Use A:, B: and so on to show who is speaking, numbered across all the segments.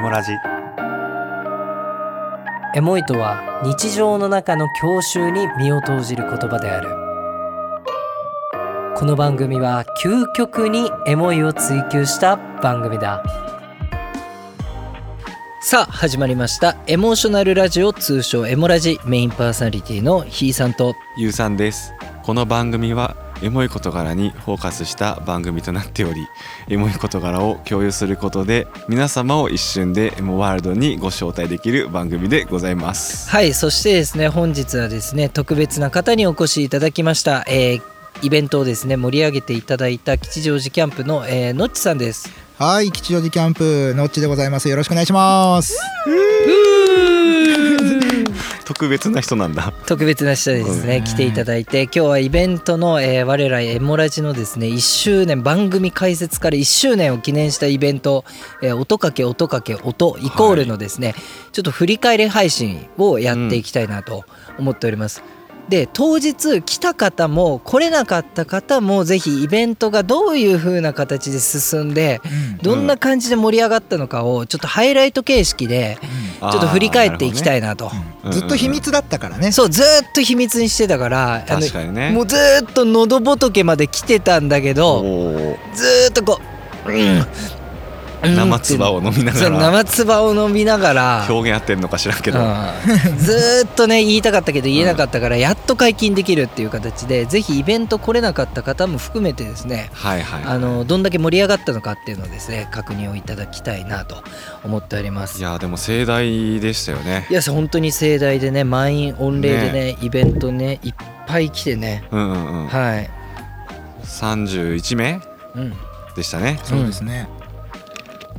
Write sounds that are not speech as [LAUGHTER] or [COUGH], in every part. A: モラジ
B: エモいとは日常の中の郷愁に身を投じる言葉であるこの番組は究極にエモいを追求した番組ださあ始まりましたエモーショナルラジオ通称エモラジメインパーソナリティのひいさんと
A: ゆうさんですこの番組はエモい事柄にフォーカスした番組となっておりエモい事柄を共有することで皆様を一瞬でエモワールドにご招待できる番組でございます
B: はいそしてですね本日はですね特別な方にお越しいただきました、えーイベントをですね盛り上げていただいた吉祥寺キャンプの、えー、のっちさんです
C: はい、吉祥寺キャンプのっちでございます。よろしくお願いします。
A: 特別な人な
B: [LAUGHS]
A: んだ
B: 特別な人ですね、
C: うん
B: 来ていただいて今日はイベントの、えー我らエモラジのですね1周年番組開設から1周年を記念したイベント「えー音かけ音かけ音」イコールのですね、ちょっと振り返り配信をやっていきたいなと思っております。で当日来た方も来れなかった方もぜひイベントがどういう風な形で進んでどんな感じで盛り上がったのかをちょっとハイライト形式でちょっと振り返っていきた
A: い
B: いなと。
A: うん
C: ずっと秘密だったからね。
B: そうずーっと秘密にしてたからあの
A: 確かにね
B: もうずーっと喉仏まで来てたんだけ
A: お
B: ど
A: おー
B: ずーっとこう、うん、
A: 生唾を飲みな
B: そう
A: が
B: 生唾を飲みながら
A: 表現合ってるのか知らんけど
B: うん [LAUGHS] ずーっとね言いたかったけど言えなかったからやっと解禁できるっていう形でぜひイベント来れなかった方も含めてですね
A: はいはい
B: あのどんだけ盛り上がったのかっていうのをですね確認をいただきたいなと思っております
A: い。やーでも盛大でしたよね
B: いやそう本当に盛大でね満員御礼でねイベントねいっぱい来てね
A: うんうんうん
B: はい、
A: 31名
B: うん、
A: でしたね
C: そうですね。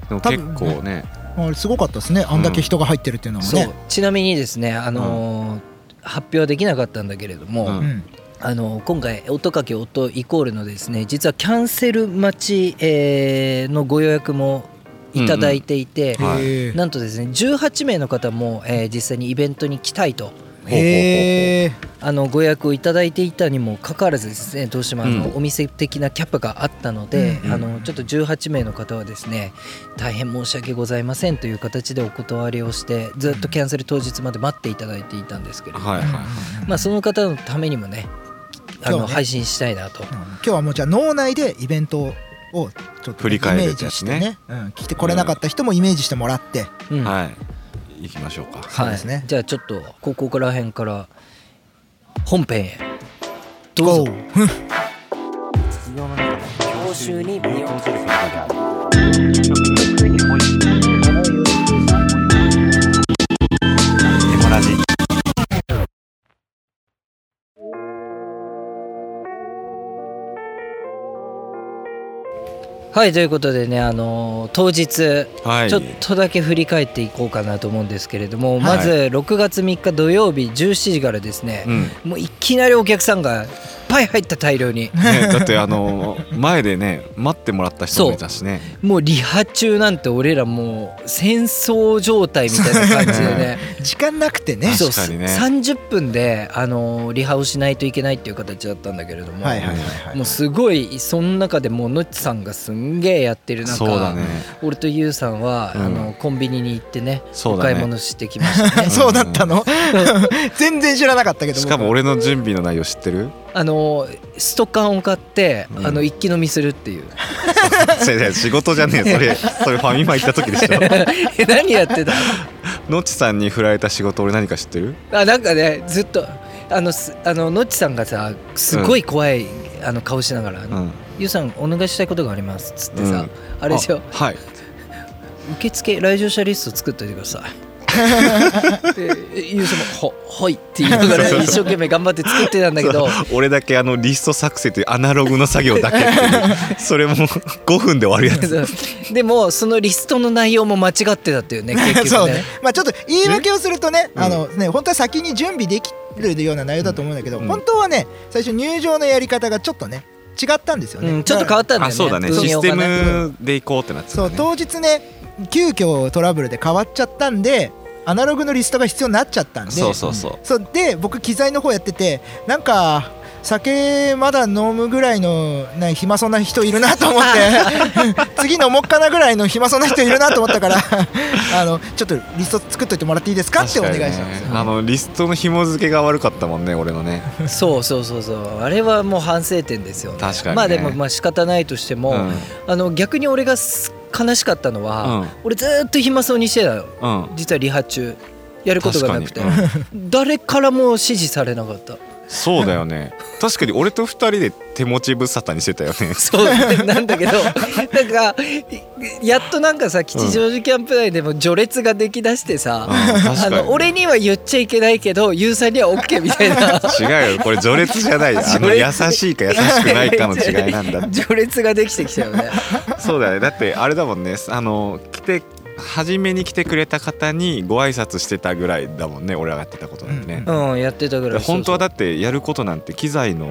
A: でも
C: 多
A: 結
C: 分
A: 構ね
C: あすごかったですね。あんだけ人が入ってるっていうのも
B: そう
C: ね。
B: ちなみにですね、あのー発表はできなかったんだけれども、
A: うん
C: うん
B: あのー今回「音かけ音イコール」のですね実はキャンセル待ち、えーのご予約もいただいていて、
A: うんはい
C: へ
B: なんとですね18名の方も、えー実際にイベントに来たいと
C: え。へえ。
B: あのご予約をいただいていたにもかかわらずですねどうしてもあの、
A: うん
B: お店的なキャップがあったので、
C: うん
B: あのちょっと18名の方はですね大変申し訳ございませんという形でお断りをしてずっとキャンセル当日まで待っていただいていたんですけれど、
A: はいはい
B: まあ、その方のためにもねあ
C: そう
B: の
C: ね
B: 配信したいなと。
C: うん今日はもうじゃあ脳内でイベントをちょっと
A: 振り
C: イメ
A: 返る
C: ー
A: ってや
C: ジし
A: つ
C: て
A: ね
C: ね。うん来てこれなかった人もイメージしてもらって。
B: うん
A: はい行きましょうか
C: そうですね
B: じゃあちょっとここから辺から本編へどう
C: Go
B: ぞ。報酬に身を
A: エ
B: [LAUGHS]
A: モラジ
B: はいということでねあの当日
A: はい
B: ちょっとだけ振り返っていこうかなと思うんですけれども、
A: はい
B: まず6月3日土曜日17時からですね
A: う、んね
B: もういきなりお客さんがいっぱい入った大量に
A: だってあの前でね待ってもらった人もいたしね
B: もうリハ中なんて俺らもう戦争状態みたいな感じで
A: [LAUGHS]
B: ね
C: 時間なくてね。
B: そう
A: 確かにね
B: 30分であのリハをしないといけないっていう形だったんだけれども、
C: はいはいはい
B: も
C: は
B: う
C: い。
B: すごいその中でもうノッチさんがすんげえやってる中
A: そうだね
B: 俺とユウさんは、
A: うん
B: あのコンビニに行ってね
A: そう
B: お
A: だね
B: 買い物してきましたね
C: [LAUGHS] そうだったの。 [LAUGHS] 全然知らなかったけど。
A: しかも
C: 僕
A: 俺の準備の内容知ってる [LAUGHS]
B: あのストカンを買って、
A: うん
B: あの一気飲みするっていう [LAUGHS]
A: 違う違う仕事じゃねえそれそれファミマ行った時でしょ
B: え何やってた [LAUGHS]
A: のっちさんに振られた仕事俺何か知ってる
B: あなんかねずっとあのすあののっちさんがさすごい怖い、あの顔しながら「
A: うん
B: ゆうさんお願いしたいことがあります」っつってさ、
A: うん
B: あれでしょ
A: あはい
B: 受付来場者リスト作っといてくださ
A: [LAUGHS]
B: い。でゆうさんも「ほはい」って言いながら一生懸命頑張って作ってたんだけど
A: そう俺だけあのリスト作成というアナログの作業だけっていう
B: [LAUGHS]
A: それも5分で終わるやつ
B: そう [LAUGHS] でもそのリストの内容も間違ってたっていうね結
A: [LAUGHS]
C: [LAUGHS] そ
B: 局
C: うね
B: ね。。
C: まあちょっと言い訳をするとね、
A: うん
C: あのね本当は先に準備できるような内容だと思うんだけど、
A: うん
C: 本当はね最初入場のやり方がちょっとね違ったんですよね。
B: うん、ちょっと変わったんだよね。
A: あそうだね
B: 運
A: シ
B: 用
A: ス
B: が
A: テ
B: ね
A: ムで行こうってなって
C: そ
A: た
C: う
A: ね
C: 当日ね急遽トラブルで変わっちゃったんでアナログのリストが必要になっちゃったんで
A: そうそうそう
C: そうで僕機材の方やっててなんか。酒まだ飲むぐらいのな暇そうな人いるなと思って
A: [LAUGHS]
C: 次飲もっかなぐらいの暇そうな人いるなと思ったからあのちょっとリスト作っといてもらっていいですかってお願いしたんです
A: 確
C: よ
A: かにねあのリストの紐付けが悪かったもんね俺のね
B: そうそうそうそうあれはもう反省点ですよね
A: 確かにね
B: まあでもまあ仕方ないとしても、
A: うん
B: あの逆に俺がす悲しかったのは、
A: うん
B: 俺ずーっと暇そうにしてたの
A: うん
B: 実はリハ中やることがなくて、
A: 確か
B: 誰からも支持されなかった
A: そうだよね確かに俺と二人で手持ちぶさたにしてたよ [LAUGHS] ね
B: そうなんだけ
A: [LAUGHS]
B: どなんかいやっとなんかさ吉祥寺キャンプ内でも序列ができだしてさ、
A: うん確か
B: あ
A: にね
B: の俺には言っちゃいけないけど優さんには OK みたいな
A: 違うよこれ序列じゃないよあの
B: 序
A: 優
B: 列
A: しいか優しくないかの違い [LAUGHS] なんだっ
B: [LAUGHS]
A: て
B: 序列ができてきたよね
A: そうだねだってあれだもんねあの来て初めに来てくれた方にご挨拶してたぐらいだもんね俺らがやってたことなんてね、
B: うんやってたぐらい
A: 本当は
B: だ
A: だってやることなんて機材の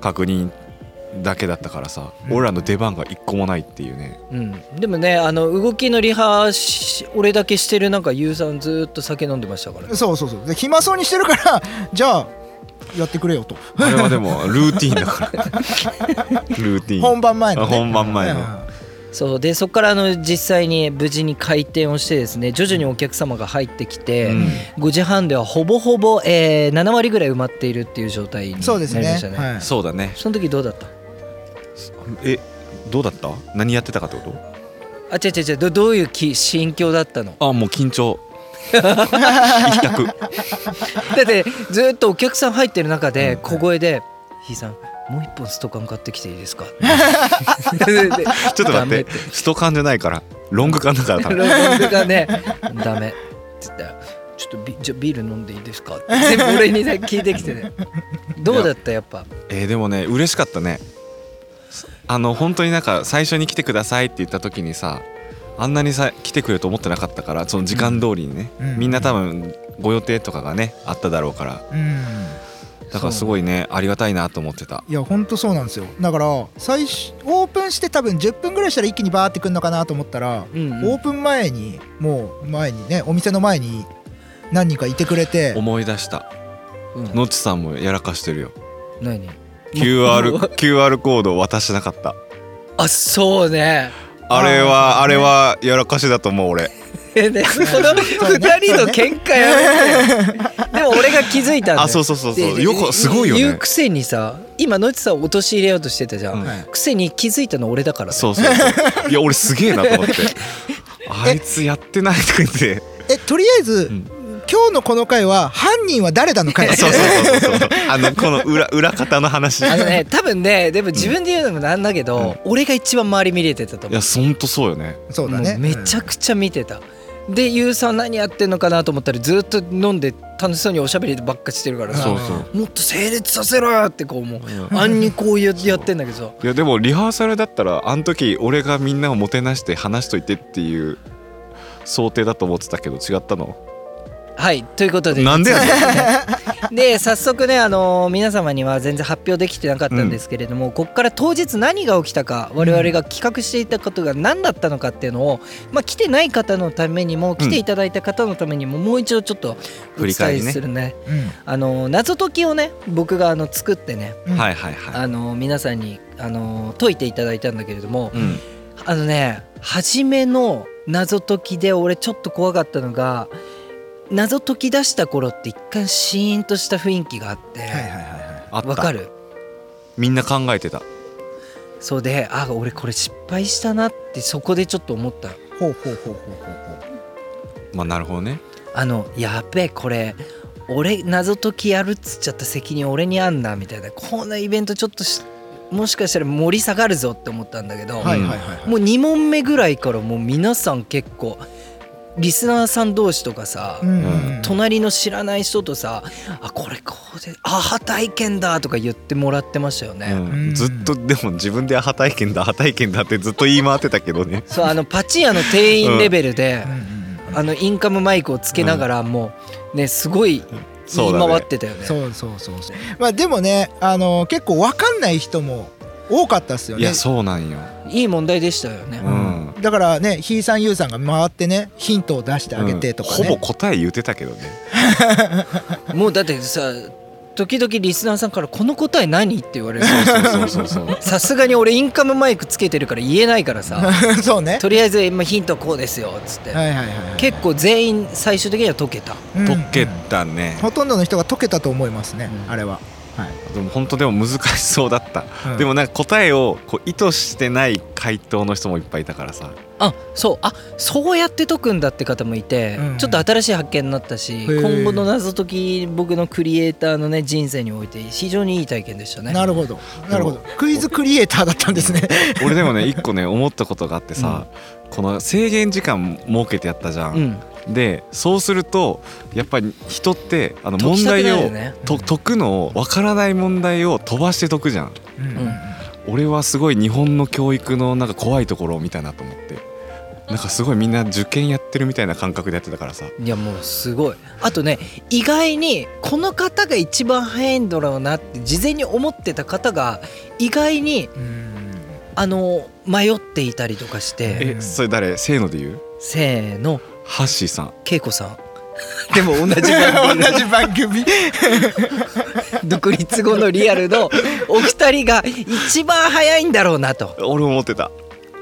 A: 確認だけだったからさ、
C: うん
A: 俺らの出番が一個もないっていうね
B: うん、でもねあの動きのリハし俺だけしてる中優さんずーっと酒飲んでましたから
C: そうそうそうで暇そうにしてるからじゃあやってくれよと
A: あれはでもルーティンだからルーティン
C: 本番前の、ね、
A: 本番前の
B: そうでそこからあの実際に無事に開店をしてですね徐々にお客様が入ってきて、
A: うん
B: 5時半ではほぼほぼ、えー7割ぐらい埋まっているっていう状態になりま
C: そうですね
B: したね
C: はい、
A: そうだね
B: その時どうだった
A: えどうだった何やってたかってこ
B: あ違う違う違うどどういうき心境だったの
A: とあもう緊張一択
B: だってずーっとお客さん入ってる中で小声で「ひいさんもう一本ストカン買ってきていいですか? 」
A: [LAUGHS]
B: [LAUGHS]
A: ちょっと待って
B: ダメ
A: スト缶じゃないからロング缶だから多分
B: ロングがね「 [LAUGHS] ダメ」って言ったら「ちょっとビじゃあビール飲んでいいですか?」 [LAUGHS] って全部俺にね聞いてきてねどうだったやっぱ
A: えーでもね嬉しかったねあの本当になんか最初に来てくださいって言った時にさあんなにさ来てくれると思ってなかったからその時間通りにね、
C: うん
A: みんな多分ご予定とかがねあっただろうから
C: うん
A: だからすごいねありがたいなと思ってた
C: いやほんとそうなんですよだから最初オープンして多分10分ぐらいしたら一気にバーってくるのかなと思ったら、
B: うんうん
C: オープン前にもう前にねお店の前に何人かいてくれて
A: 思い出した
B: うん
A: のっちさんもやらかしてるよ
B: 何
A: QR, QR コード渡してなかった
B: [LAUGHS] あそうね [LAUGHS]
A: あれは
C: あー
A: あれはやらかしだと思う俺
B: えね、この2人の喧嘩やめてでも俺が気づいたんだよ
A: あそうそうそうそう
B: で
A: よくすごいよ
B: 言う
A: ね
B: くせにさ今野内さんを陥れようとしてたじゃん、
A: うん
C: はい
B: くせに気づいたの俺だからね
A: そうそうそういや俺すげえなと思って
B: [LAUGHS]
A: あいつやってないとか言って
C: えとりあえず、
A: うん
C: 今日のこの回は犯人は誰なのか
A: [LAUGHS] そうそうそうそうそう。あのこの裏裏方の話。い
B: あのね多分ねでも自分で言うのもなんだけど、
A: うん
B: 俺が一番周り見れてたと思
A: や
B: う
A: そんとそうよね。
C: [LAUGHS] そうだね
B: もうめちゃくちゃ見てた、でゆうさん何やってんのかなと思ったらずっと飲んで楽しそうにおしゃべりばっかしてるからさ
A: そうそう
B: もっと整列させろよってこう思う、
A: うん
B: あんにこうややってんだけどさ
A: いやでもリハーサルだったらあの時俺がみんなをもてなして話しといてっていう想定だと思ってたけど違っ
B: [LAUGHS]
A: たの。
B: はいということで
A: なんでやねん。
B: で早速ね、あのー皆様には全然発表できてなかったんですけれども、ここから当日何が起きたか我々が企画していたことが何だったのかっていうのを、まあ、来てない方のためにも来ていただいた方のためにも、もう一度ちょっとお
A: 振り返
B: 伝え
A: りね
B: するね
C: うんうん
B: あのー謎解きをね僕があの作ってね、
C: うん
A: はいはいは
B: [LAUGHS]
A: い。
B: あのー皆さんに、あのー解いていただいたんだけれども、
A: うん。
B: あのね初めの謎解きで俺ちょっと怖かったのが謎解き出した頃って一回シーンとした雰囲気があって。
C: はいはいはいはい
A: あった。
B: わか。る
A: みんな考えてた。
B: そうであ俺これ失敗したなってそこでちょっと思った
C: ほうほうほうほうほうほう
A: まあなるほどね。
B: あのやべえこれ俺謎解きやるっつっちゃった責任俺にあんなみたいなこんなイベントちょっとしもしかしたら盛り下がるぞって思ったんだけど、
C: はいはいはいはい
B: もう2問目ぐらいからもう皆さん結構リスナーさん同士とかさ、
C: うんうんうん
B: 隣の知らない人とさ「あこれこうでアハ体験だ」とか言ってもらってましたよね。
A: うん。ずっとでも自分でアハ体験だアハ体験だってずっと言い回ってたけどね。
B: そうあのパチン屋の店員レベルで、
C: うんうんうん
B: あのインカムマイクをつけながらもうねすごい言
A: そ
B: いう
A: だね
B: 回ってたよね。
C: そうそうそうそうまあでもねあの結構わかんない人も多かったっすよ
A: い
C: ね
A: やそうなんよ。
B: いい問題でしたよね。
A: うん。
C: だからねひいさんゆうさんが回ってねヒントを出してあげてとかね、
A: うんほぼ答え言ってたけどね。
B: もうだってさ時々リスナーさんから「この答え何?」って言われる
A: そうそうそ
B: [LAUGHS]
A: うそう
B: さすがに俺インカムマイクつけてるから言えないからさ
C: [LAUGHS] そ
B: [LAUGHS]
C: うね
B: とりあえず今ヒントこうですよっつって
C: はいはいはいはい
B: 結構全員最終的には解けた
C: うん
A: 溶けたね、
C: ほとんどの人が溶けたと思いますね、
B: うん
C: あれは、はい
A: でも本当でも難しそうだった、
C: うん
A: でもなんか答えをこう意図してない回答の人もいっぱいいたからさ
B: あそうあそうやって解くんだって方もいて、
C: うん
B: ちょっと新しい発見になったし
C: ー
B: 今後の謎解き僕のクリエイターのね人生において非常にいい体験でしたね
C: なるほどなるほどクイズクリエイターだったんですね
A: 俺でもね一個ね思ったことがあってさ、この制限時間設けてやったじゃ、
B: うんん
A: でそうするとやっぱり人ってあの
B: 解
A: 問
B: きたく
A: 題
B: なる
A: を、
B: よね
A: と解くのを分からない問題を飛ばして解くじゃん
C: うんうんうん
A: 俺はすごい日本の教育のなんか怖いところを見たなと思ってなんかすごいみんな受験やってるみたいな感覚でやってたからさ
B: いやもうすごいあとね意外にこの方が一番早いんだろうなって事前に思ってた方が意外にあの迷っていたりとかして
A: えそれ誰せーので言う
B: せーの
A: ハッシーさん
B: 恵子さんでも同じ
C: 同じ番組
B: 独立後のリアル
A: [LAUGHS]
B: のお二人が一番早いんだろうなと
A: 俺も思ってた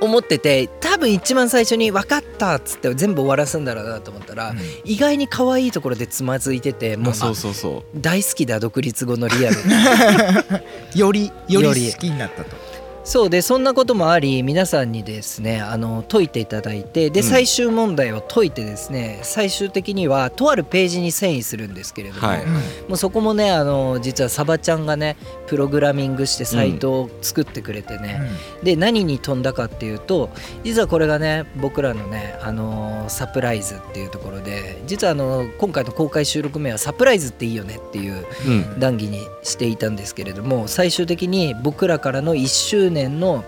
B: 思ってて多分一番最初に「分かった」っつって全部終わらすんだろうなと思ったら、意外に可愛いところでつまずいててもう
A: あそうそうそ
B: あ大好きだ独立後のリ
A: [LAUGHS]
B: アル
C: よりよ
B: よ
C: り
B: り
C: 好きになったと
B: そうでそんなこともあり皆さんにですねあの解いていただいてで、
A: うん
B: 最終問題を解いてですね最終的にはとあるページに遷移するんですけれども、
A: はい
B: もうそこもねあの実はサバちゃんがねプログラミングしてサイトを作ってくれてね、で何に飛んだかっていうと実はこれがね僕らのね、あのーサプライズっていうところで実はあのー今回の公開収録名はサプライズっていいよねっていう
A: ううん
B: 談義にしていたんですけれども最終的に僕らからの1周年の、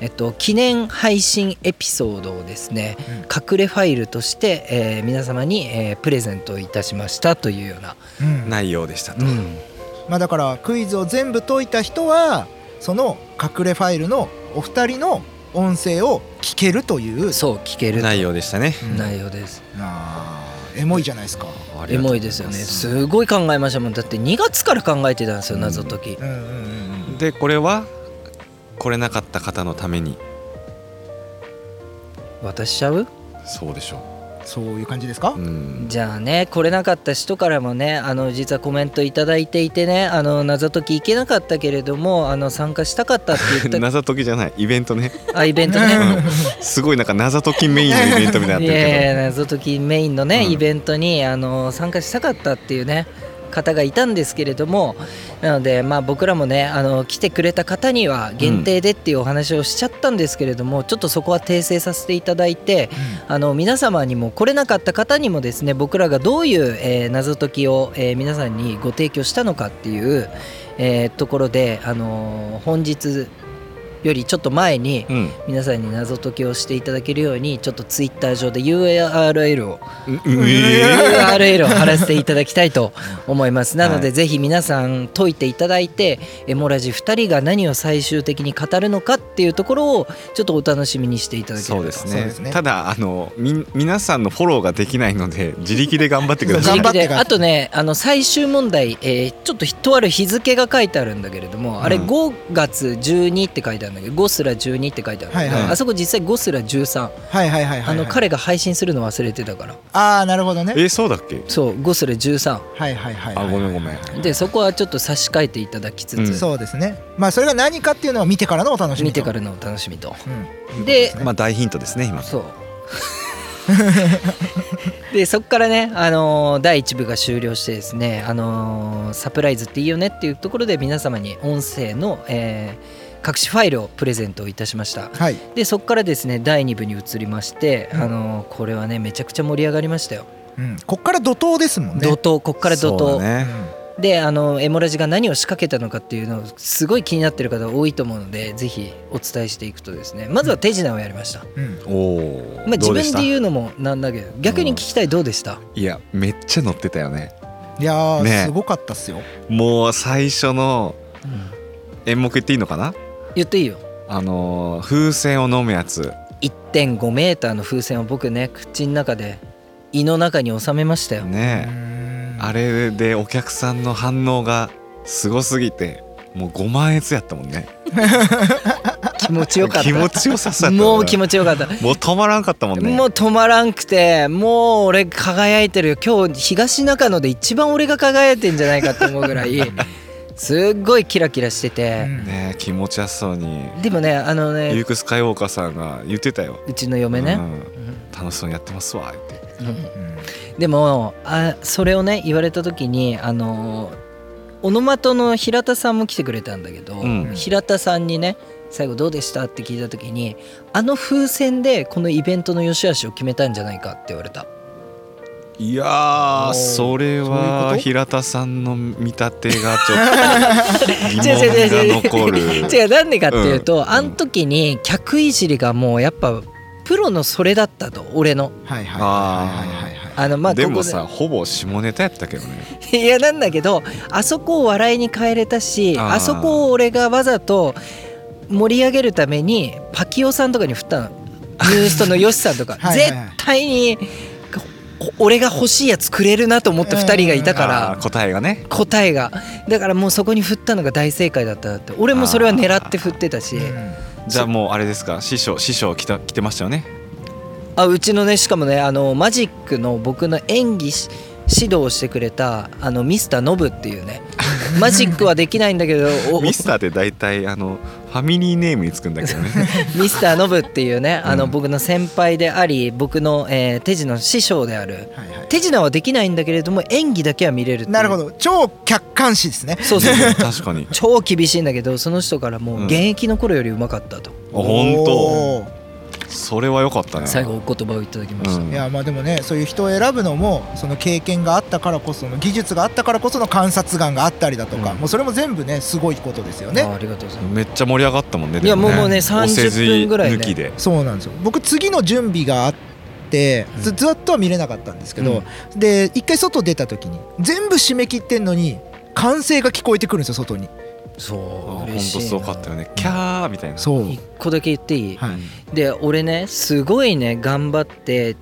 B: えっと、記念配信エピソードをですね、
C: うん
B: 隠れファイルとして、えー皆様に、えープレゼントいたしましたというような。
C: うんうん
A: 内容でしたと、
B: うん
C: まあだからクイズを全部解いた人はその隠れファイルのお二人の音声を聞けるという
B: そう聞ける
A: 内容でしたね
B: 内容です。
C: あーエモいじゃないですか、
B: エモいですよねすごい考えましたもんだって2月から考えてたんですよ謎解き、
C: うんうんうん
A: でこれは来れなかった方のために
B: 渡しちゃう
A: そうでしょ
C: そういう感じですか、
A: う、うん、
B: じゃあね来れなかった人からもねあの実はコメント頂いただいていてねあの謎解き行けなかったけれどもあの参加したかったって言っ
A: 謎解きじゃ [LAUGHS] ないイベン
B: [LAUGHS]
A: トね
B: たあイベントね
A: すごいなんか謎解きメインのイベントみたい
B: い
A: になって
B: や
A: る
B: い
A: け
B: や謎解きメインのね、
A: うん
B: イベントにあの参加したかったっていうね方がいたんですけれどもなのでまあ僕らもねあの来てくれた方には限定でっていうお話をしちゃったんですけれども、ちょっとそこは訂正させていただいてあの皆様にも来れなかった方にもですね僕らがどういう、えー謎解きを、えー皆さんにご提供したのかっていう、えーところで、あのー本日よりちょっと前に
A: ど、うん
B: 皆さんに謎解きをしていただけるようにちょっとツイッター上で URL を
A: ううえ
B: URL を貼らせていただきたいと思いますなの
A: は
B: でぜひ皆さん解いていただいてエモラジ2人が何を最終的に語るのかっていうところをちょっとお楽しみにしていただけ
A: そ
B: れ
A: う
B: ば
A: で
B: と
A: す
C: そう
A: ね
C: ですね
A: ただあのみ皆さんのフォローができないので自力で頑張ってくだ
B: 自
A: さい
C: 頑張
B: 力
C: って
B: で
C: から
B: あとねあの最終問題、えーちょっととある日付が書いてあるんだけれども、あれ
A: うん
B: 5月12って書いてあるんだけど5すら12って書いてあるんだけど、
C: はいはい
B: あそこ実際5すら13、
C: はいはいはいはい、は
B: あ
C: い、
B: の彼が配信するの忘れてたから
C: ああなるほどね
A: えそうだっけ
B: そう5すら13
C: はいはいはいは
A: あ
C: い
A: ごめんごめん
B: でそこはちょっと差し替えていただきつ
A: うん
B: つ、
C: そうですねまあそれが何かっていうのは見てからのお楽しみ
B: 見
C: と
B: てからのお楽しみと。
C: うん
B: で
A: まあ大ヒントですね今
B: そうでそこからね、あのー第1部が終了してですね、あのーサプライズっていいよねっていうところで皆様に音声の、えー隠しファイルをプレゼントいたしました
C: はい
B: でそこからですね第2部に移りまして、
C: うん
B: あのーこれはねめちゃくちゃ盛り上がりましたよ、
C: うんこっから怒涛ですもんね
B: 怒涛こっから怒
A: そう
B: 涛、
A: だね
B: であのエモラジが何を仕掛けたのかっていうのをすごい気になってる方多いと思うのでぜひお伝えしていくとですねまずは手品をやりました、
C: うんうん
A: おお
B: まあ、自分で
A: う
B: 言うのもなんだけど逆に聞きたいどうでした、
A: いやめっちゃ乗ってたよね
C: いやー、
A: ね
C: すごかったっすよ
A: もう最初の
B: うん
A: 演目言っていいのかな
B: 言っていいよ
A: あのー風船を飲むやつ
B: 1.5メーターの風船を僕ね口の中で胃の中に収めましたよ、
A: ねあれでお客さんの反応がすごすぎてもう5万円やったもんね
B: 気持ちよかった
A: 気持ちよささ
B: もう気
A: 持
B: 持ちよかった
A: もう止まらんかったもんね
B: もう止まらんくてもう俺輝いてるよ今日東中野で一番俺が輝いてんじゃないかと思うぐらいすっごいキラキラしてて、
A: ねえ気持ちよさそうに
B: でもねあの
A: ユー
B: ね
A: ク・スカイウォーカーさんが言ってたよ
B: うちの嫁ね
A: う、ん楽しそうにやってますわって
B: うんでもあそれをね言われた時にあのオノマトの平田さんも来てくれたんだけど、
A: うん
B: 平田さんにね最後どうでしたって聞いた時にあの風船でこのイベントの良し悪しを決めたんじゃないかって言われた
A: いや
C: お
A: ー
C: ー
A: それ
C: そういうこ
A: は
C: と
A: 平田さんの見立てがちょっと疑
B: [LAUGHS] 違う違う違う違う
A: 問が残る
B: 違うなんでかっていうと、
A: うん
B: あの時に客いじりがもうやっぱプロのそれだったと俺の
C: はいはいはい
A: あ
C: は
A: ー
C: いはいはい
B: あのまあここ
A: でもさほぼ下ネタやったけどね
B: [LAUGHS] いやなんだけどあそこを笑いに変えれたし
A: あー
B: あそこを俺がわざと盛り上げるためにパキオさんとかに振ったのニューストのヨシさんとか
C: はいはいはい
B: 絶対にこ俺が欲しいやつくれるなと思った2人がいたか
A: あー
B: ら
A: 答えがね
B: 答えがだからもうそこに振ったのが大正解だったなって俺もそれは狙って振ってたし
A: じゃあもうあれですか師匠師匠来た来てましたよね
B: あうちのねしかもねあのマジックの僕の演技し指導をしてくれたあのミスターノブっていうねマジックはできないんだけどお
A: ミスターって大体あのファミリーネームにつくんだけどね
B: ミスターノブっていうねあの
A: うん
B: 僕の先輩であり僕の、えー手品の師匠である
C: はいはい
B: 手品はできないんだけれども演技だけは見れるっていう
C: なるほど超客観視ですね
B: [LAUGHS] そうそうそう
A: [LAUGHS] 確かに
B: 超厳しいんだけどその人からも
A: うん
B: う現役の頃よりうまかったと、
A: 本
C: おー
A: 当それは良かったね
B: 最後お言葉をいただきま
A: う
B: した、
A: ん
C: いやまあでもねそういう人を選ぶのもその経験があったからこその技術があったからこその観察眼があったりだとか、
A: うん
C: もうそれも全部ねすごいことですよ
B: あー
C: ね
B: ありがとうございます
A: めっちゃ盛り上がったもんねで
B: いやもうもうね30
A: お世辞
B: 分ぐらいね
A: 抜きで
C: そうなんですよ僕次の準備があってずずっとは見れなかったんですけど、で一回外出た時に全部締め切ってんのに歓声が聞こえてくるんですよ外に
B: そう
A: 本当
B: 嬉しい
A: すごかったよねキャーみたいな
C: そう、
B: 1個だけ言っていい、
C: はい
B: で俺ねすごいね頑張って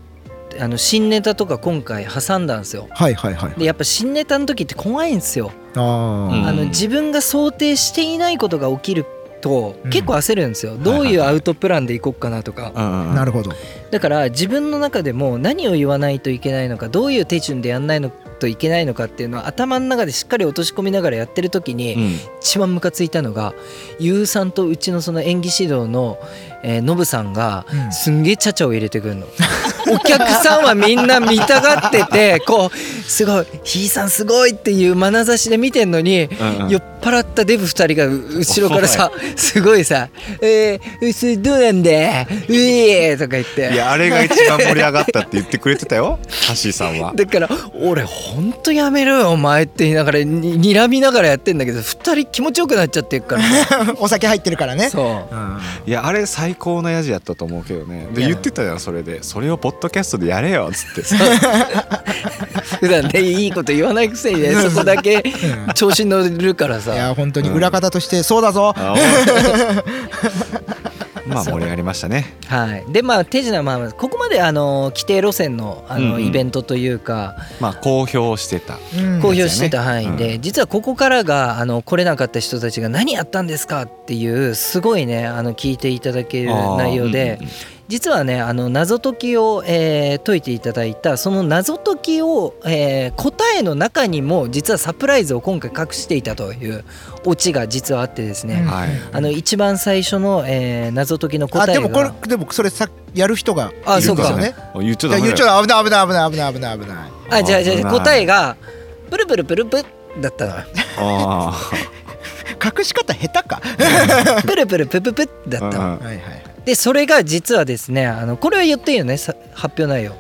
B: あの新ネタとか今回挟んだんですよ
C: はいはいはい
B: でやっぱ新ネタの時って怖いんですよ
C: あー、
A: うん
B: あの自分が想定していないことが起きると
C: うん
B: 結構焦るんですよ、
A: はい
B: ど
A: は
B: う
A: い
B: い
A: は
B: う
A: い
B: アウトプランでいこうかなとか、
A: な
C: なる
B: [LAUGHS]
C: ほど
B: だから自分の中でも何を言わないといけないのかどういう手順でやんないのといけないのかっていうのは頭の中でしっかり落とし込みながらやってる時に、
A: うん
B: 一番ムカついたのがゆうさんとうちのその演技指導のえーノブ、さんが
C: うん
B: すんげえちゃちゃを入れてくるの、お客さんはみんな見たがっててこうすごい「ひいさんすごい」っていう眼差しで見てんのに、
A: うんうん
B: 酔っ払ったデブ2人がう後ろからさすごいさ「えー、うすどうなんでうえー」とか言って。
A: いやあれが一番盛り上がったって言ってくれてたよ [LAUGHS] ハッシーさんは
B: だから俺ほんとやめろよお前って言いながらに睨みながらやってんだけど2人気持ちよくなっちゃって
A: [LAUGHS]
B: るから
C: お酒入ってるからね
B: そう
C: うん
A: いやあれ最高のヤジやったと思うけどねで言ってたじゃんそれでそれをポッドキャストでやれよっつって
B: [LAUGHS] 普段ねいいこと言わないくせにねそこだけ調子に乗るから
C: い
B: さ
C: や本当に裏方としてそうだぞ、
B: [LAUGHS]
A: あおいまあ盛り上がりましたね
B: はいでまあ手品はまあここまであの規定路線のあ
A: うんう
B: の
A: ん
B: イベントというか
A: まあ公表してた
C: うん
B: 公表してた範囲
A: う
B: で実はここからがあの来れなかった人たちが何やったんですかっていうすごいねあの聞いていただける内容で
A: あー
B: 実はねあの謎解きを、えー解いていただいたその謎解きを、えー答えの中にも実はサプライズを今回隠していたというオチが実はあってですね、
C: うん
A: はい
B: あの一番最初の、えー謎解きの答
C: あ
B: えが
C: でもこれでもそれさやる人が
B: あ
C: いる
B: そうか
C: からね
A: あ言っちゃ
C: じ
A: ダ
C: ゃあ
A: メ
C: 言
A: だ
C: っち
A: よ
C: ゃ危ない危ない危ない危ない危ない危ない
B: あじゃあじゃあ
A: 危ない
B: 答えがプルプルプルプだった
C: [LAUGHS]
B: のよ
A: あ
C: 隠し方下手か
B: プルプルプププだったの
A: ー [LAUGHS] うん
C: [LAUGHS] はいはい
B: でそれが実はですねあのこれは言っていいよねさ発表内容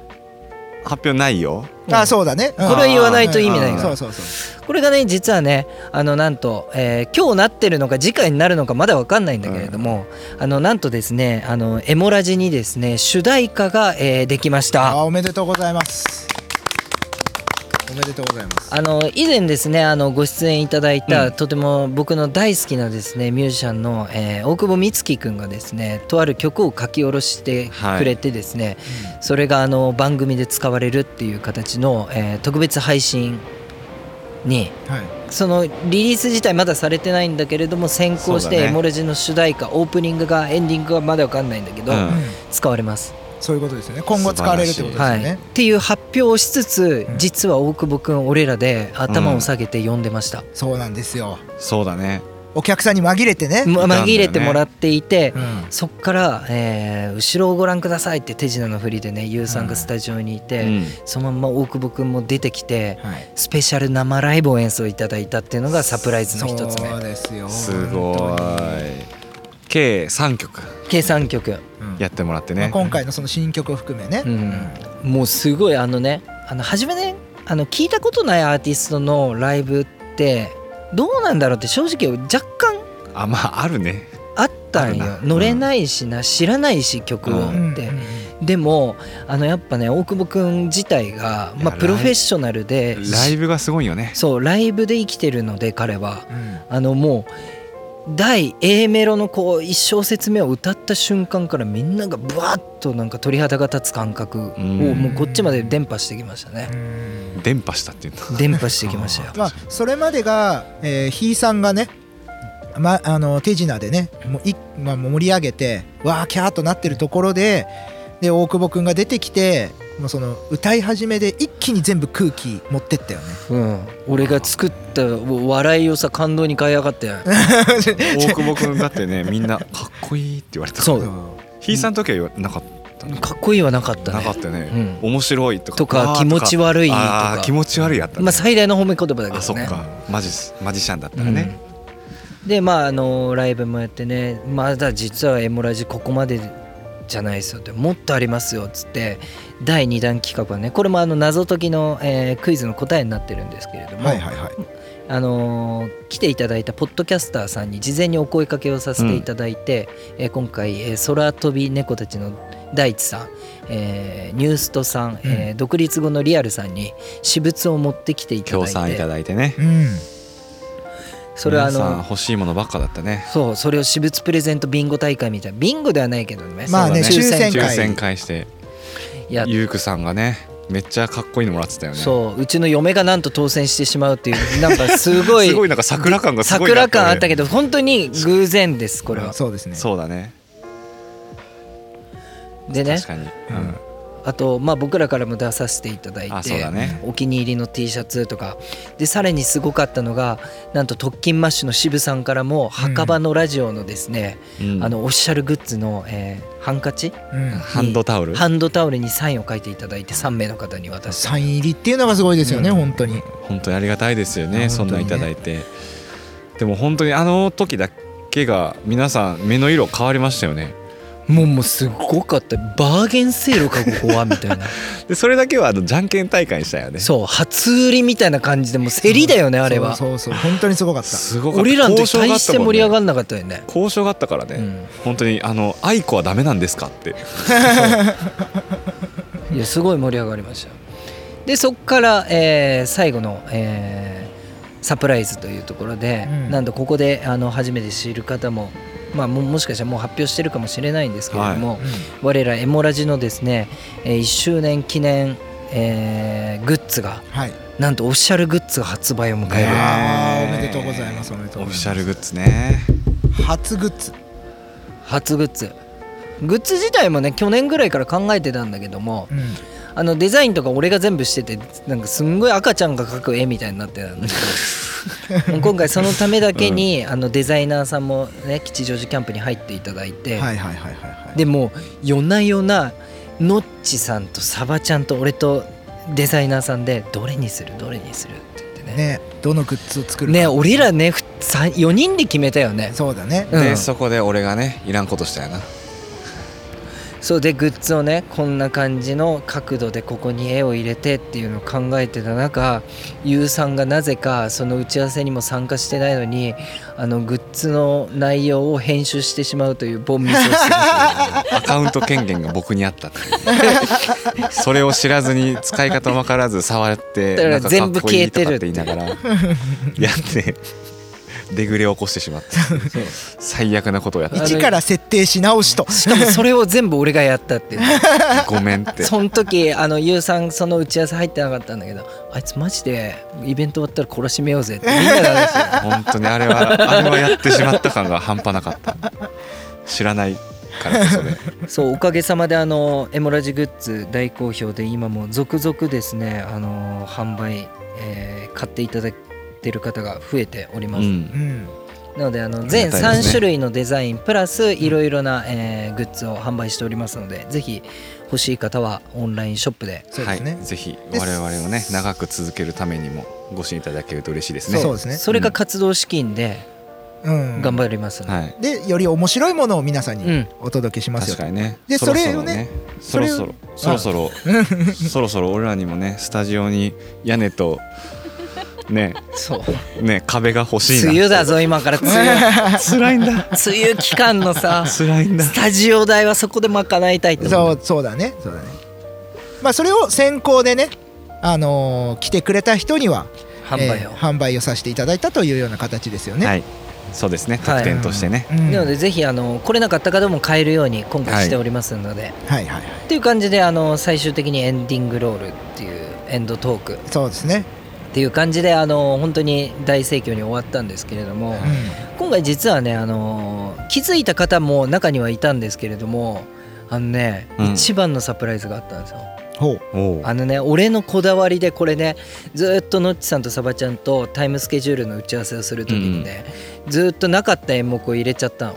A: 発表ないよ
B: うん
C: あそうだねこ
B: これは言わないと意味ない
A: あー
B: か
C: そ
B: ら
C: うそうそう
B: これがね実はねあのなんと、えー今日なってるのか次回になるのかまだわかんないんだけれども、あのなんとですねあのエモラジにですね主題歌が、えーできました
C: あおめでとうございますおめでとうございます
B: あの以前ですねあのご出演いただいた、
A: うん
B: とても僕の大好きなですねミュージシャンの、えー大久保美月くんがですねとある曲を書き下ろしてくれてですね、それがあの番組で使われるっていう形の、えー特別配信に
C: はい
B: そのリリース自体まだされてないんだけれども先行し
A: そうだ
B: て
A: ね
B: エモレジの主題歌オープニングがエンディングがまだわかんないんだけど、
A: うん
B: 使われます、
C: そういうことですよね今後使われるってことですよ
B: はい
C: ね、
B: っていう発表をしつつ、
C: うん
B: 実は大久保くん俺らで頭を下げて呼んでました、
C: そうなんですよ
A: そうだね
C: お客さんに紛れてね、
B: ま
A: いたんだよね
B: 紛れてもらっていて、
C: うん
B: そっから、えー後ろをご覧ください」って手品の振りでね YOU さんがスタジオにいて、
A: うん
B: そのまま大久保くんも出てきて
C: はい、
B: スペシャル生ライブを演奏いただいたっていうのがサプライズの一つ目
C: そうですよ
A: すごい
C: 本
A: 計3曲
B: 計3曲
C: 当にうん
A: やってもらって
C: まあ
A: ね
C: 今回のその新曲を含めね、
B: うんもうすごいあのねあの初めねあの聞いたことないアーティストのライブってどうなんだろうって正直若干
A: あまああるね
B: あったんよ
A: あるな
B: 乗れないしな知らないし曲を
C: うん
B: って、でもあのやっぱね大久保くん自体が、
A: いや
B: まあ、プロフェッショナルで
A: ライブがすごいよね
B: そうライブで生きてるので彼は。
C: うん
B: あのもう第 A メロのこう一小節目を歌った瞬間からみんながブワッとなんか鳥肌が立つ感覚を
A: うん
B: もうこっちまで伝播してきましたね
C: う。ん
A: 伝播したっていうの
B: 伝播してきましたよ。
C: まあ、それまでが、えー、ひいさんがね、ま、あの手品でねもうい、まあ、盛り上げてわーキャーとなってるところでで大久保くんが出てきてもうその歌い始めで一気に全部空気持ってったよね
B: うん、俺が作った笑いをさ感動に変えやが
A: [LAUGHS]
B: って
A: [LAUGHS] 大久保君だってねみんなかっこいいって言われた
B: そう
A: ひいさんの時は言わなかったの
B: かっこいいはなかった
A: な
B: ね
A: かったね面白いとか
B: とか
A: あー
B: 気持ち悪いとか
A: あー気持ち悪いやったね
B: まあ、最大の褒め言葉だけ
A: あ
B: ど
A: そ
B: ね
A: っ。かマジスマジシャンだったらね
B: うんでまああのライブもやってねまだ実は「エモラジここまでじゃないですよ」って「もっとありますよ」っつって第2弾企画はねこれもあの謎解きの、えークイズの答えになってるんですけれども、
C: はいはいはい
B: あのー来ていただいたポッドキャスターさんに事前にお声かけをさせていただいて、えー今回、えー空飛び猫たちの大地さん、えーニューストさん、えー独立後のリアルさんに私物を持ってきていただ
A: 協
B: い
A: 賛いた
B: て
A: だいてね
C: うん
B: それはあ
A: 皆さん
B: の
A: 欲しいものばっかだったね
B: そうそれを私物プレゼントビンゴ大会みたいなビンゴではないけどね
C: まあね
B: その
C: 抽選
A: 抽
C: 会
A: 選会して
B: やっ
A: ゆうくさんがねめっちゃかっこいいのもらってたよね
B: そううちの嫁がなんと当選してしまうっていうなんかすごい
A: すごいなんか桜感がすごい
B: 桜感あった
A: け
B: けど本当に偶然ですこれは
C: そうですね
A: そうだね
B: でね
A: 確かに
C: うん
B: あとまあ僕らからも出させていただい
A: あそう
B: て
A: だね
B: お気に入りの T シャツとかでさらにすごかったのがなんと特勤マッシュの渋さんからも墓場のラジオのですね、
A: うん
B: あのオフィシャルグッズの、えーハンカチ
C: うん
A: ハンドタオル
B: ハンドタオルにサインを書いていただいて3名の方に渡して
C: サイン入りっていうのがすごいですよね、
B: うん
C: 本当に
A: 本当にありがたいですよね
C: あ
A: そんなんい
C: 本当
A: た
C: に
A: だ
C: ね
A: いてでも本当にあの時だけが皆さん目の色変わりましたよね
B: もうもうすごかったバーゲンセールかここはみたい
C: [LAUGHS]
B: な
A: でそれだけはあのじゃんけん大会にしたよね
B: そう初売りみたいな感じでもう競りだよねあれは
C: そうそうそう本当にすごかった
A: すごかった
B: 俺らの時
A: 交渉があ
B: 大
A: っ
B: したて
A: もん
B: 盛
A: ね
B: り上がんなかったよね
A: 交渉があったからね、
B: うん
A: 本当にあの「愛子はダメなんですか?」って
B: いやすごい盛り上がりましたよでそっから、えー最後の、えーサプライズというところで、
C: うん
B: なんとここであの初めて知る方も,、まあ、ももしかしたらもう発表してるかもしれないんですけれども、我らエモラジのですね、えー1周年記念、えーグッズが
C: はい
B: なんとオフィシャルグッズが発売を迎える、
A: ね
C: あーおめでとうございますおめでとう
A: オフィ
C: ございます
A: シャルグッズね
C: 初グッズ
B: 初グッズグッズ自体もね去年ぐらいから考えてたんだけども
C: うん
B: あのデザインとか俺が全部しててなんかすんごい赤ちゃんが描く絵みたいになってたんだけど
C: [LAUGHS]
B: もう今回そのためだけに、あのデザイナーさんもね吉祥寺キャンプに入っていただいて、
C: はいはいはいはいはい
B: でもう夜な夜なノッチさんとサバちゃんと俺とデザイナーさんでどれにするどれにするって言ってね。
C: ねどのグッズを作るか
B: ね俺らね4人で決めたよね。
C: そうだね
B: うん
A: でそこで俺がねいらんことしたよな
B: そうでグッズをねこんな感じの角度でここに絵を入れてっていうのを考えてた中ゆうさんがなぜかその打ち合わせにも参加してないのにあのグッズの内容を編集してしまうというボンミスをして
A: [LAUGHS]
B: ま
A: アカウント権限が僕にあったっていうね [LAUGHS] それを知らずに使い方も分からず触って
B: だから
A: なんかかっこいいとかって言いながらやってデグレを起こしてしまった最悪なことをやっ
B: あ
A: た
B: の
C: 一から設定し直しと
B: しかもそれを全部俺がやったっていう
A: ごめんって
B: その時あのゆうさんその打ち合わせ入ってなかったんだけどあいつマジでイベント終わったら殺しめようぜってみんなで話して
A: 本当にあれはあれはやってしまった感が半端なかった知らないからこそで
B: そうおかげさまであのエモラジグッズ大好評で今も続々ですねあの販売、えー買っていただいてる方が増えており
A: う
B: ます、
A: ん
C: うん
B: なのであの
A: りがたい
B: 全
A: ですね
B: 3種類のデザインプラスいろいろな、えーグッズを販売しておりますのでぜひ欲しい方はオンラインショップで
C: そう
A: は
C: ですね
A: い、ぜひ我々をね長く続けるためにもご支援いただけると嬉しいですね
C: そうですね
B: それが活動資金で
C: うん
B: 頑張りますので、
A: はい
C: でより面白いものを皆さん
B: う
C: に
B: ん
C: お届けします
A: 確
C: よ、
A: かにね
C: で
A: そろそろそ
C: そ
A: ろ
C: れを
A: そ
C: ね
A: ろそろそろそろそろ俺らにもねスタジオに屋根とね [LAUGHS]
B: そう
A: ね壁が欲しいな
B: 梅雨だぞ今から梅
A: [LAUGHS]
B: 雨
A: 辛いんだ
B: 梅雨期間の
A: [LAUGHS]
B: さス
A: 辛いんだ
B: タジオ代はそこで賄いたいと思
C: そううそうだねそうだねまあそれを先行でねあのー来てくれた人には
B: 販売
C: え
B: を、
C: ー販売をさせていただいたというような形ですよね、
A: はいそうですね特典としてね
C: うん
B: なのでぜひあの来れなかった方も買えるように今回しておりますので、
C: はいはいはい
B: っていう感じであの最終的にエンディングロールっていうエンドトーク
C: そうですね、
B: っていう感じであの本当に大盛況に終わったんですけれども、
C: うん
B: 今回実はねあの気づいた方も中にはいたんですけれどもあのね、
A: うん
B: 一番のサプライズがあったんですよ
C: ほう
A: おう
B: あのね俺のこだわりでこれねずーっとノッチさんとサバちゃんとタイムスケジュールの打ち合わせをする時にね、ずーっとなかった演目を入れちゃったの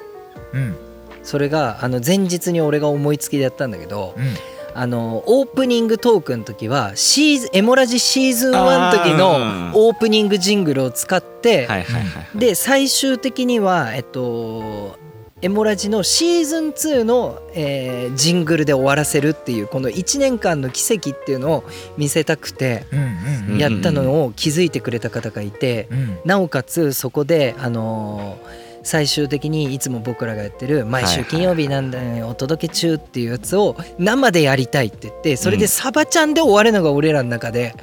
C: うん
B: それがあの前日に俺が思いつきでやったんだけど、
C: うん
B: あのオープニングトークの時はシーズンエモラジシーズン1
A: あー
B: の時
A: う
B: のオープニングジングルを使って、
A: はいはいはい
B: で最終的にはえっとエモラジのシーズン2の、えージングルで終わらせるっていうこの1年間の奇跡っていうのを見せたくて
C: うんうんうん
B: やったのを気づいてくれた方がいて、
C: うん
B: なおかつそこで、あのー最終的にいつも僕らがやってる毎週金曜日なんだよね、お届け中っていうやつを生でやりたいって言ってそれでサバちゃんで終わるのが俺らの中で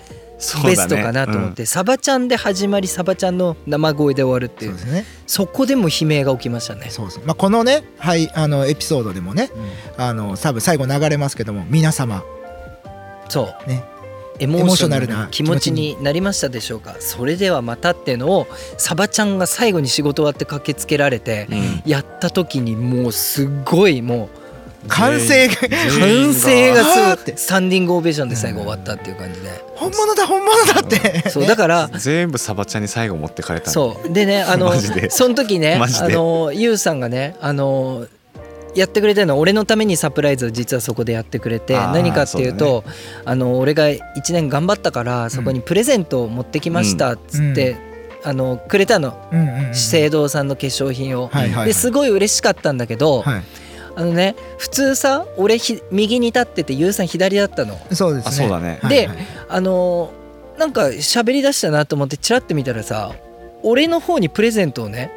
B: ベストかなと思って、サバちゃんで始まりサバちゃんの生声で終わるってい
C: そ
B: う
C: うで
B: そ
C: すね
B: こでも悲鳴が起きましたね。
C: そうそうまあこのねはいあのエピソードでもね
B: うん
C: あの多分最後流れますけども皆様
B: そう
C: ね
B: エモーショナル
C: エモーショナル
B: な
C: な
B: 気持ちになりましたでしょうかそれではまたっていうのをサバちゃんが最後に仕事終わって駆けつけられて、
A: うん
B: やった時にもうすごいもう
C: 完成が
B: 完成が
C: あー
B: す
C: っ
B: ごい
C: て
B: スタンディングオベーションで最後終わったっていう感じで
C: 本物だ本物だって
B: そうだから
A: 全部サバちゃんに最後持ってかれたう
B: そうでねあの
A: マジで
B: その時ね
A: マジ
B: あ
A: で
B: のゆうさんがねあのやってくれたのは俺のためにサプライズを実はそこでやってくれて
A: あー
B: 何かっていうとあの俺が1年頑張ったからそこにプレゼントを持ってきましたっつって、あのくれたの
C: うんうんうん
B: 資生堂さんの化粧品を。
C: はいはいはい
B: ですごい嬉しかったんだけど、
C: はい
B: あのね普通さ俺ひ右に立っててゆうさん左だったの。
C: そうですね
A: あそうだね
C: はいはい
B: あのーなんか喋りだしたなと思ってチラッと見たらさ俺の方にプレゼントをね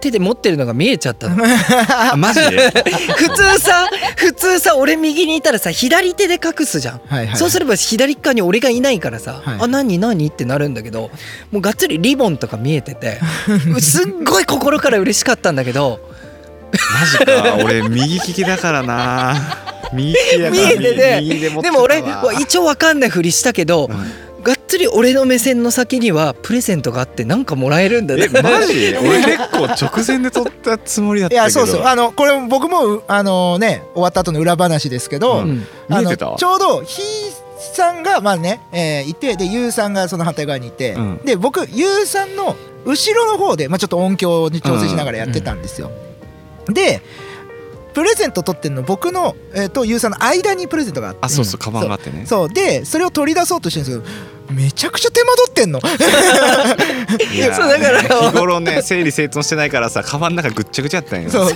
B: 手で持ってるのが見えちゃった
A: [LAUGHS]
B: の
A: あマジで
B: 普通さ普通さ俺右にいたらさ左手で隠すじゃん、
C: はいはい
B: そうすれば左側に俺がいないからさ「
C: はい
B: あ何何?」ってなるんだけどもうがっつりリボンとか見えて
A: [LAUGHS]
B: てすっごい心から嬉しかったんだけど
A: マジか俺右利きだからな右利きだか
B: 見
A: ら
B: えてて
A: 右で持っ
B: で
A: てた
B: も
A: わ
B: 俺は一応わかんないふりしたけど、がっつり俺の目線の先にはプレゼントがあってなんかもらえるんだね
A: えマジ俺結構直前で撮ったつもりだっ
C: い
A: たけど
C: やそうそうあのこれ僕もうあのね終わった後の裏話ですけ
A: う
C: ど、
A: ん
C: あ
A: 見え
C: の
A: て
C: ち
A: た
C: ょうどひーさんがまあね、えーいてでゆうさんがその反対側にいて、
A: うん
C: で僕ゆうさんの後ろの方で、まあ、ちょっと音響に調整しながらやってたんですよ、でプレゼント取ってんの僕の、えーとゆうさんの間にプレゼントがあって
A: あそうそうカバンがあってね
C: そうでそれを取り出そうとしてるんですけどめちゃくちゃ手間取ってんの
A: いや
B: そうだから
A: [LAUGHS] 日頃ね整理整頓してないからさカバンの中ぐっちゃぐちゃやったんよ
C: そう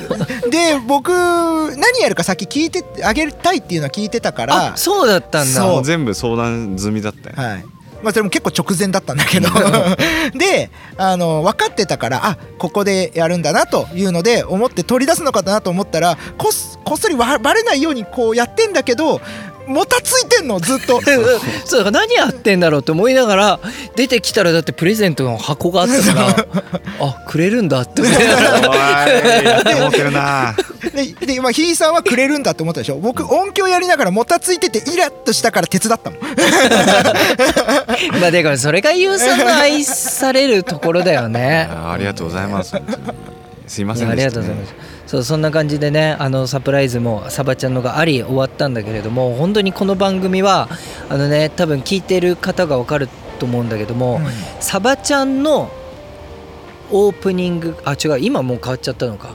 C: で僕何やるか先聞いてあげたいっていうのは聞いてたから
B: あそうだったんだ
A: もう全部相談済みだったよ
C: はいまあ、それも結構直前だったんだけど [LAUGHS] であの分かってたからあここでやるんだなというので思って取り出すのかなと思ったらこっこっそりわバレないようにこうやってんだけどもたついてんのずっと
B: [LAUGHS] そうだから何やってんだろうと思いながら出てきたらだってプレゼントの箱があった
A: [LAUGHS]
B: からあくれるんだって [LAUGHS] 思いながら
A: 思ってるな
C: でで、まあ、ひいさんはくれるんだと思ったでしょ僕音響やりながらもたついててイラッとしたから手伝ったもん
B: まあだからそれがゆうさんの愛されるところだよね。
A: [LAUGHS] あありがとうございます
B: [LAUGHS]
A: 本当にすいません
B: あり
A: でし
B: が
A: た、
B: とうございま
A: ね
B: す。そうそんな感じでねあのサプライズもサバちゃんのがあり終わったんだけれども本当にこの番組はあのね多分聞いてる方がわかると思うんだけども、サバちゃんのオープニングあ違う今もう変わっちゃったのか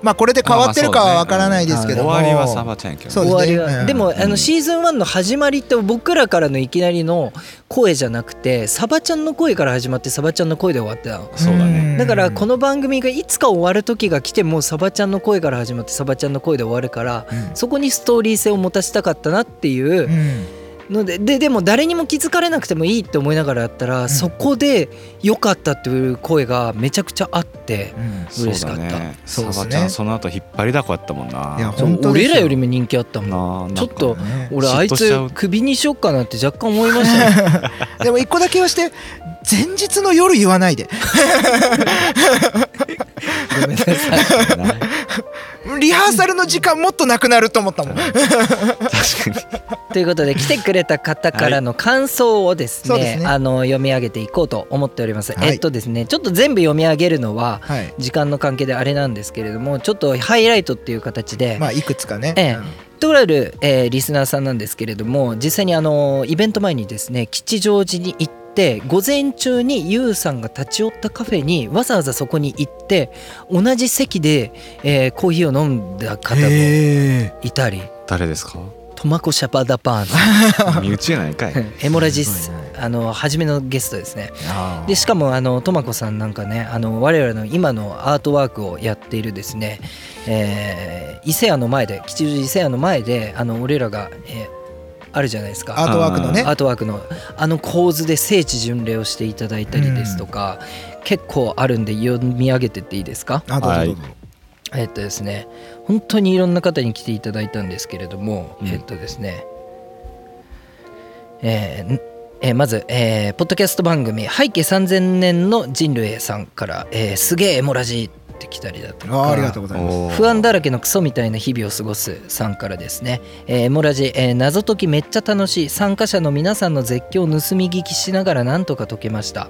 C: まあこれで変わってるかはわからないですけ
A: 終
C: ども
A: わりはサバちゃんやけど
C: そう
A: ね
B: 終
C: ですね
B: わりは、
C: うん
B: でもあ
A: う
B: の
A: ん
B: シーズン1の始まりって僕らからのいきなりの声じゃなくてサバちゃんの声から始まってサバちゃんの声で終わってたの。
A: そうだね
B: だからこ
C: の
B: の番組がいつか終わる時が来てもうサバちゃんの声から始まってサバちゃんの声で終わるから、
C: うん
B: そこにストーリー性を持たせたかったなっていうのでででも誰にも気づかれなくてもいいって思いながらやったら、
C: ん
B: そこで良かったっていう声がめちゃくちゃあって。嬉しかった
A: そ
C: そ
A: だ
C: うう
A: ねサバ
C: ですね
A: ちゃんその後引っ張りだこやったもんない
C: やほん
B: そう
C: 本当です
B: 俺
C: よ
B: らよりも人気あったもん
A: なあ
B: ちょっと
C: ね
B: 俺あ
A: 嫉
B: い
A: 妬しち
B: つ
A: ゃう
B: クビにしよっかなって若干思いましたね
C: でも一個だけ言わして前日の夜言わないで
B: ごめんなさい
A: なんかな確
C: リハーサルの時間もっとなくなると思ったもん
A: かに
B: ということで来てくれた方からの感想をですね,、
C: はいそうですね
B: あの読み上げていこうと思っております、
C: はい
B: えっとですねちょっと全部読み上げるのは
C: はい
B: 時間の関係であれなんですけれどもちょっとハイライトっていう形で、
C: まあいくつかね、
B: ええとある、えーリスナーさんなんですけれども実際にあのイベント前にですね吉祥寺に行って午前中にゆうさんが立ち寄ったカフェにわざわざそこに行って同じ席で、えーコーヒーを飲んだ [LAUGHS] 方も
C: へ
B: いたり
A: 誰ですか
B: トマコシャパダパーン
A: 身内やない
B: [LAUGHS]
A: かい
C: [LAUGHS]
B: エモラジス
C: すごいね
B: あの初めのゲストですね
C: えあ
B: でしかもあのトマコさんなんかねあの我々の今のアートワークをやっているですね、えー伊勢屋の前で吉祥寺伊勢屋の前であの俺らが、えーあるじゃないですか
C: アートワークのね
B: アートワークのあの構図で聖地巡礼をしていただいたりですとか、結構あるんで読み上げてっていいですか
C: あどうぞどうぞ
B: えっとですね本当にいろんな方に来ていただいたんですけれども、
A: うん
B: えっとですねえーんえーまず、えーポッドキャスト番組「背景3000年の人類」さんから「えーすげえエモラジ」って来たりだと
C: あ
B: か
C: あありがとうございます
A: おー
B: 不安だらけのクソみたいな日々を過ごすさんからですね、えーエモラジ、えー謎解きめっちゃ楽しい参加者の皆さんの絶叫を盗み聞きしながらなんとか解けました、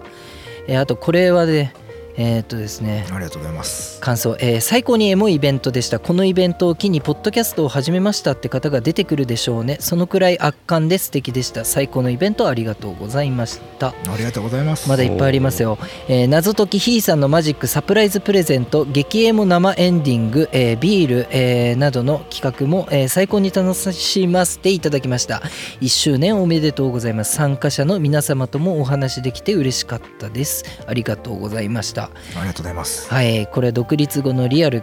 B: えーあとこれはねえーっとですね
C: ありがとうございます
B: 感想、えー最高にエモいイベントでしたこのイベントを機にポッドキャストを始めましたって方が出てくるでしょうねそのくらい圧巻で素敵でした最高のイベントありがとうございました
C: ありがとうございます
B: まだいっぱいありますよ、えー謎解きひーさんのマジックサプライズプレゼント激エモ生エンディング、えービール、えーなどの企画も、えー最高に楽しませていただきました1周年おめでとうございます参加者の皆様ともお話できて嬉しかったですありがとうございました
C: ありがとうございます
B: はい、これ独立後のリアル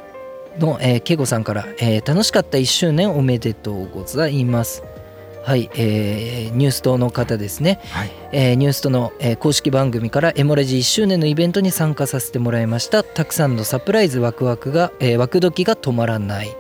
B: の、えー、ケイゴさんから、えー楽しかった1周年おめでとうございます。はい、えーニュース党の方ですね、
C: はい
B: えーニュース党の、えー公式番組からエモレジ1周年のイベントに参加させてもらいましたたくさんのサプライズワクワクが、えー、ワクドキが止まらない、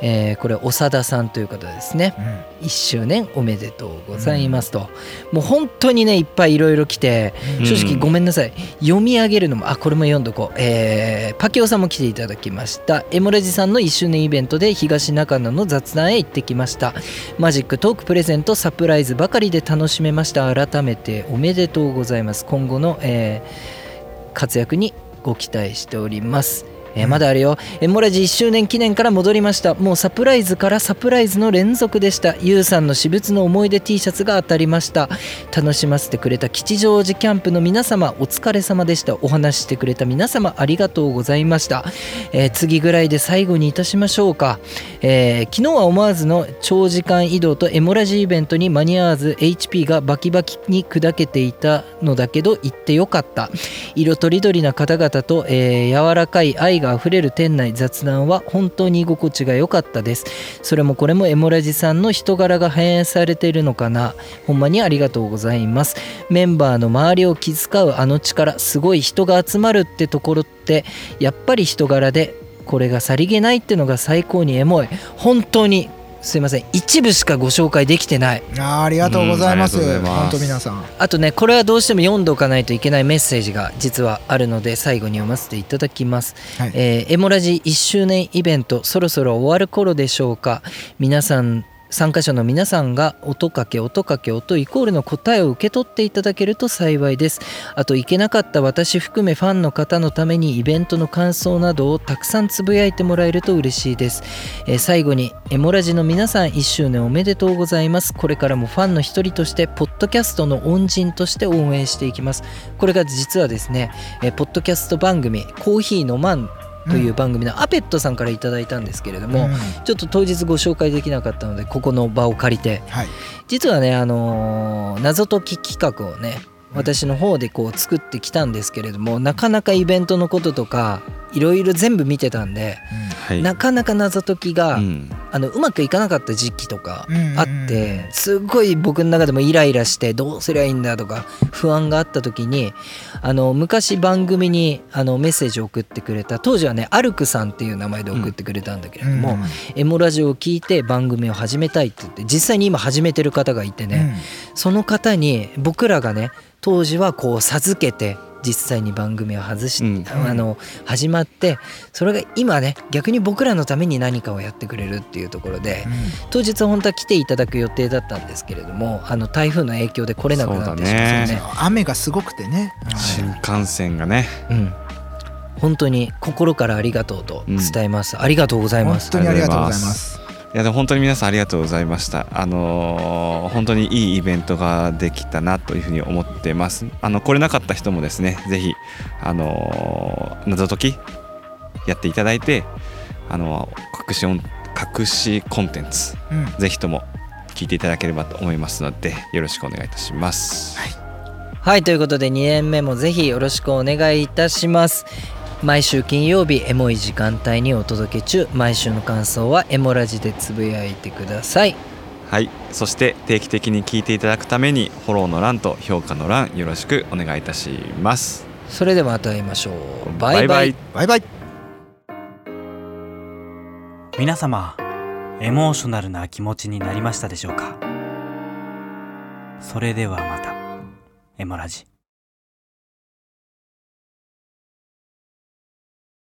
B: えーこれ長田さんという方ですね
C: うん
B: 1周年おめでとうございますと、もう本当にねいっぱいいろいろ来て、
A: うん
B: 正直ごめんなさい、読み上げるのもあこれも読んどこう、えーパキオさんも来ていただきましたエモレジさんの1周年イベントで東中野の雑談へ行ってきましたマジックトークプレゼントサプライズばかりで楽しめました改めておめでとうございます今後の、えー活躍にご期待しておりますえーまだあるよエモラジ1周年記念から戻りましたもうサプライズからサプライズの連続でしたゆうさんの私物の思い出 T シャツが当たりました楽しませてくれた吉祥寺キャンプの皆様お疲れ様でしたお話ししてくれた皆様ありがとうございました、えー次ぐらいで最後にいたしましょうか、えー昨日は思わずの長時間移動とエモラジイベントに間に合わず HP がバキバキに砕けていたのだけど行ってよかった色とりどりな方々と、えー柔らかい愛があふれる店内雑談は本当に居心地が良かったですそれもこれもエモラジさんの人柄が反映されているのかなほんまにありがとうございますメンバーの周りを気遣うあの力すごい人が集まるってところってやっぱり人柄でこれがさりげないってのが最高にエモい本当にすいません一部しかご紹介できてない
C: あーありがとうございます
A: うんありがとうございます
C: 本当皆さん
B: あとねこれはどうしても読んでおかないといけないメッセージが実はあるので最後に読ませていただきます、
C: はい
B: えーエモラジ1周年イベントそろそろ終わる頃でしょうか皆さん参加者の皆さんが音かけ音かけ音イコールの答えを受け取っていただけると幸いですあと行けなかった私含めファンの方のためにイベントの感想などをたくさんつぶやいてもらえると嬉しいです、えー最後にエモラジの皆さん1周年おめでとうございますこれからもファンの一人としてポッドキャストの恩人として応援していきますこれが実はですね、えーポッドキャスト番組「コーヒーのマン」という番組のアペットさんからいただいたんですけれども、
C: うん
B: ちょっと当日ご紹介できなかったのでここの場を借りて
C: はい
B: 実はねあのー謎解き企画をね
C: うん
B: 私の方でこう作ってきたんですけれどもなかなかイベントのこととかいろいろ全部見てたんで、
A: はい
B: なかなか謎解きが、う
A: うん
B: あのうまくいかなかった時期とか
C: うんうんうん
B: あってすっごい僕の中でもイライラしてどうすりゃいいんだとか不安があった時にあの昔番組にあのメッセージを送ってくれた当時はねアルクさんっていう名前で送ってくれたんだけれども、
C: うん
B: エモラジオを聞いて番組を始めたいって言って実際に今始めてる方がいてね、その方に僕らがね当時はこう授けて実際に番組を外し、
A: うん
B: あの始まってそれが今ね逆に僕らのために何かをやってくれるっていうところで
C: うんうん
B: 当日は本当は来ていただく予定だったんですけれどもあの台風の影響で来れなくなってしまったよ
A: そう
B: ね
C: 雨がすごくてね、
A: 新幹線がね
B: うん、本当に心からありがとうと伝えます、ありがとうございま
C: 本
B: す
C: 当にありがとうございます
A: いやでも本当に皆さんありがとうございました。あのー本当にいいイベントができたなというふうに思ってます。あの来れなかった人もですね、ぜひあのー謎解きやっていただいて、あのー隠し音隠しコンテンツ
C: うん
A: ぜひとも聞いていただければと思いますのでよろしくお願いいたします。
B: はいということで2年目もぜひよろしくお願いいたします毎週金曜日エモい時間帯にお届け中毎週の感想はエモラジでつぶやいてください
A: はい、そして定期的に聞いていただくためにフォローの欄と評価の欄よろしくお願いいたします。
B: それではまた会いましょうバイバイ
C: バイバイ
D: 皆様エモーショナルな気持ちになりましたでしょうかそれではまたエモラジ